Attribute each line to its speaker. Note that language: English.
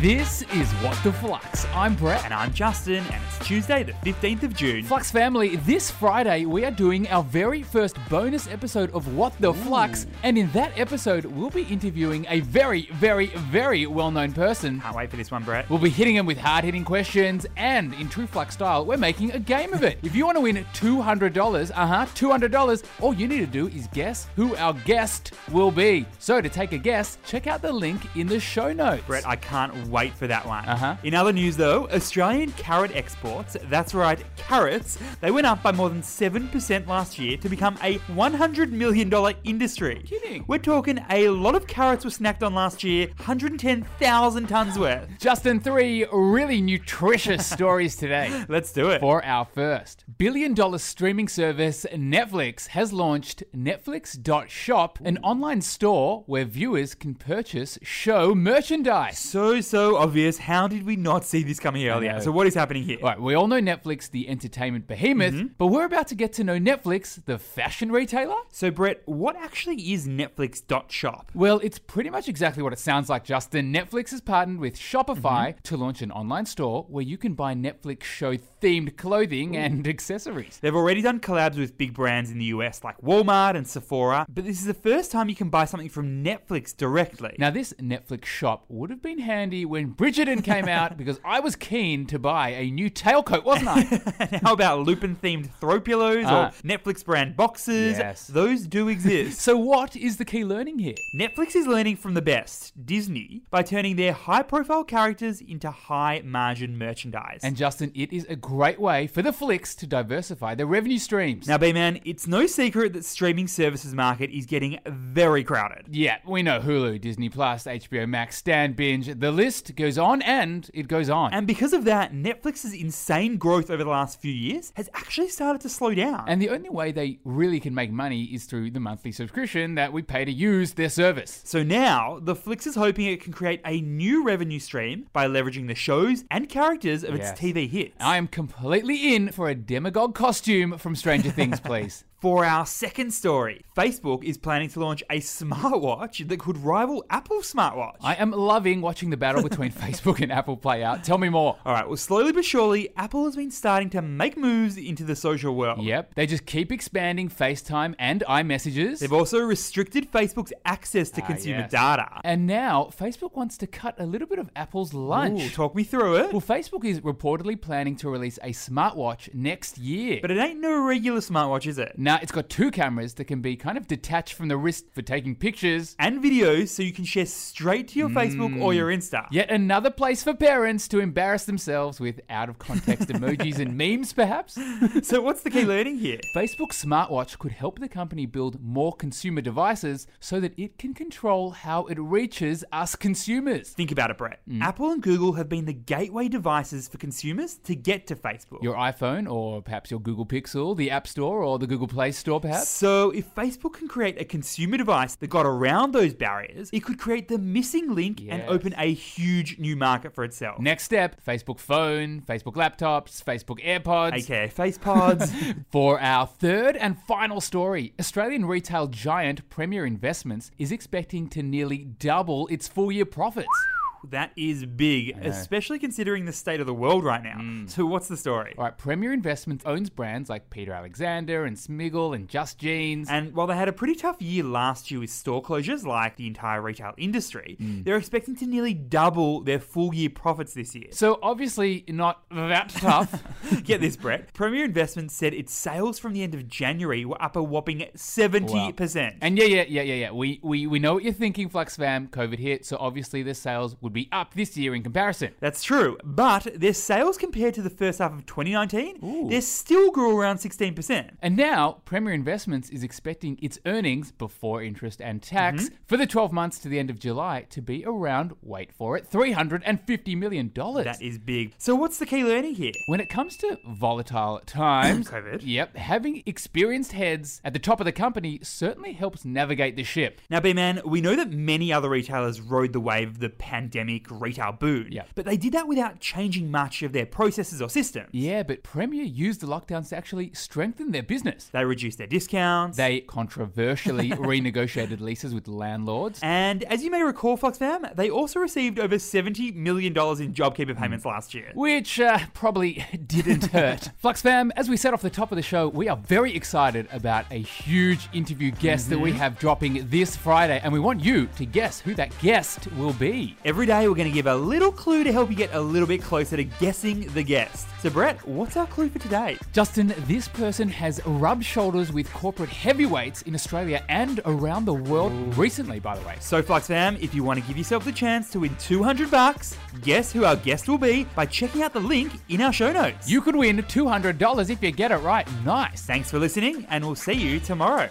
Speaker 1: This is What the Flux. I'm Brett.
Speaker 2: And I'm Justin, and it's Tuesday, the 15th of June.
Speaker 1: Flux family, this Friday we are doing our very first bonus episode of What the Flux, and in that episode we'll be interviewing a very, very, very well known person.
Speaker 2: Can't wait for this one, Brett.
Speaker 1: We'll be hitting him with hard hitting questions, and in true Flux style, we're making a game of it. if you want to win $200, uh huh, $200, all you need to do is guess who our guest will be. So to take a guess, check out the link in the show notes.
Speaker 2: Brett, I can't wait for that one.
Speaker 1: Uh-huh.
Speaker 2: In other news, though, Australian carrot exports, that's right, carrots, they went up by more than 7% last year to become a $100 million industry.
Speaker 1: Kidding.
Speaker 2: We're talking a lot of carrots were snacked on last year, 110,000 tons worth.
Speaker 1: Justin, three really nutritious stories today.
Speaker 2: Let's do it.
Speaker 1: For our first billion dollar streaming service, Netflix has launched Netflix.shop, an online store where viewers can purchase show merchandise.
Speaker 2: So, so obvious. How did we not see this coming
Speaker 1: know.
Speaker 2: earlier? So, what is happening here?
Speaker 1: All right, we all know Netflix, the entertainment behemoth, but we're about to get to know Netflix, the fashion retailer.
Speaker 2: So, Brett, what actually is Netflix.shop?
Speaker 1: Well, it's pretty much exactly what it sounds like, Justin. Netflix has partnered with Shopify to launch an online store where you can buy Netflix show themed clothing and accessories.
Speaker 2: They've already done collabs with big brands in the US like Walmart and Sephora, but this is the first time you can buy something from Netflix directly.
Speaker 1: Now, this Netflix shop would have been handy when Bridgerton came out because I was keen to buy a new tailcoat, wasn't I?
Speaker 2: And how about Lupin themed throw pillows
Speaker 1: Ah.
Speaker 2: or Netflix brand boxes?
Speaker 1: Yes.
Speaker 2: Those do exist.
Speaker 1: so, what is the key learning here?
Speaker 2: Netflix is learning from the best, Disney, by turning their high profile characters into high margin merchandise.
Speaker 1: And Justin, it is a great way for the flicks to diversify their revenue streams.
Speaker 2: now, B Man, it's no secret that streaming services market is getting very crowded.
Speaker 1: yeah, we know Hulu, Disney Plus, HBO Max, Stan Binge. The list goes on and it goes on.
Speaker 2: And because of that, Netflix's insane growth over the last few years has actually started to slow down.
Speaker 1: And the only way they really can make money is through the monthly subscription that we pay to use their service.
Speaker 2: So now, the Flix is hoping it can create a new revenue stream by leveraging the shows and characters of
Speaker 1: Yes.
Speaker 2: its TV hits.
Speaker 1: I am completely in for a demagogue costume from Stranger Things, please.
Speaker 2: For our second story, Facebook is planning to launch a smartwatch that could rival Apple's smartwatch.
Speaker 1: I am loving watching the battle between Facebook and Apple play out. Tell me more.
Speaker 2: All right, well, slowly but surely, Apple has been starting to make moves into the social world.
Speaker 1: Yep, they just keep expanding FaceTime and iMessages.
Speaker 2: They've also restricted Facebook's access to
Speaker 1: Ah,
Speaker 2: consumer
Speaker 1: yes.
Speaker 2: data.
Speaker 1: and now Facebook wants to cut a little bit of Apple's lunch.
Speaker 2: Ooh, talk me through it.
Speaker 1: well, Facebook is reportedly planning to release a smartwatch next year.
Speaker 2: But it ain't no regular smartwatch, is it?
Speaker 1: now it's got two cameras that can be kind of detached from the wrist for taking pictures.
Speaker 2: And videos so you can share straight to your Facebook
Speaker 1: Mm.
Speaker 2: or your Insta.
Speaker 1: Yet another place for parents to embarrass themselves with out of context emojis and memes, perhaps?
Speaker 2: So what's the key learning here?
Speaker 1: Facebook's smartwatch could help the company build more consumer devices so that it can control how it reaches us consumers.
Speaker 2: Think about it, Brett.
Speaker 1: Mm.
Speaker 2: Apple and Google have been the gateway devices for consumers to get to Facebook.
Speaker 1: Your iPhone, or perhaps your Google Pixel, the App Store, or the Google Play Store, perhaps?
Speaker 2: so, if Facebook can create a consumer device that got around those barriers, it could create the missing link and
Speaker 1: Yes.
Speaker 2: open a huge new market for itself.
Speaker 1: Next step Facebook phone, Facebook laptops, Facebook AirPods.
Speaker 2: AKA FacePods.
Speaker 1: For our third and final story, Australian retail giant Premier Investments is expecting to nearly double its full year profits.
Speaker 2: that is big, especially considering the state of the world right now. So, what's the story?
Speaker 1: Mm. All right, Premier Investments owns brands like Peter Alexander and Smiggle and Just Jeans.
Speaker 2: And while they had a pretty tough year last year with store closures, like the entire retail industry,
Speaker 1: Mm.
Speaker 2: they're expecting to nearly double their full year profits this year.
Speaker 1: so obviously not that tough.
Speaker 2: Get this, Brett. Premier Investments said its sales from the end of January were up a whopping 70%.
Speaker 1: and yeah, yeah, yeah, yeah, yeah. We we we know what you're thinking, Flux fam. COVID hit, so obviously their sales would be up this year in comparison.
Speaker 2: That's true, but their sales compared to the first half of 2019, they still grew around 16%.
Speaker 1: And now Premier Investments is expecting its earnings before interest and tax
Speaker 2: Mm-hmm.
Speaker 1: for the 12 months to the end of July to be around, wait for it, 350 million dollars.
Speaker 2: That is big. So, what's the key learning here?
Speaker 1: When it comes to volatile times,
Speaker 2: COVID.
Speaker 1: Yep, having experienced heads at the top of the company certainly helps navigate the ship.
Speaker 2: Now, B Man, we know that many other retailers rode the wave of the pandemic retail boon.
Speaker 1: Yeah.
Speaker 2: But they did that without changing much of their processes or systems.
Speaker 1: Yeah, but Premier used the lockdowns to actually strengthen their business.
Speaker 2: They reduced their discounts.
Speaker 1: They controversially renegotiated leases with landlords.
Speaker 2: and as you may recall, FoxFam, they also received over $70 million in JobKeeper payments last year.
Speaker 1: Which uh, probably didn't hurt. Flux fam, as we said off the top of the show, we are very excited about a huge interview guest that we have dropping this Friday, and we want you to guess who that guest will be.
Speaker 2: Every day, we're going to give a little clue to help you get a little bit closer to guessing the guest. So, Brett, what's our clue for today?
Speaker 1: Justin, this person has rubbed shoulders with corporate heavyweights in Australia and around the world recently, by the way.
Speaker 2: So, Flux fam, if you want to give yourself the chance to win 200 bucks, guess who our guest will be by checking out the link in our show notes.
Speaker 1: You could win $200 if you get it right. Nice.
Speaker 2: Thanks for listening, and we'll see you tomorrow.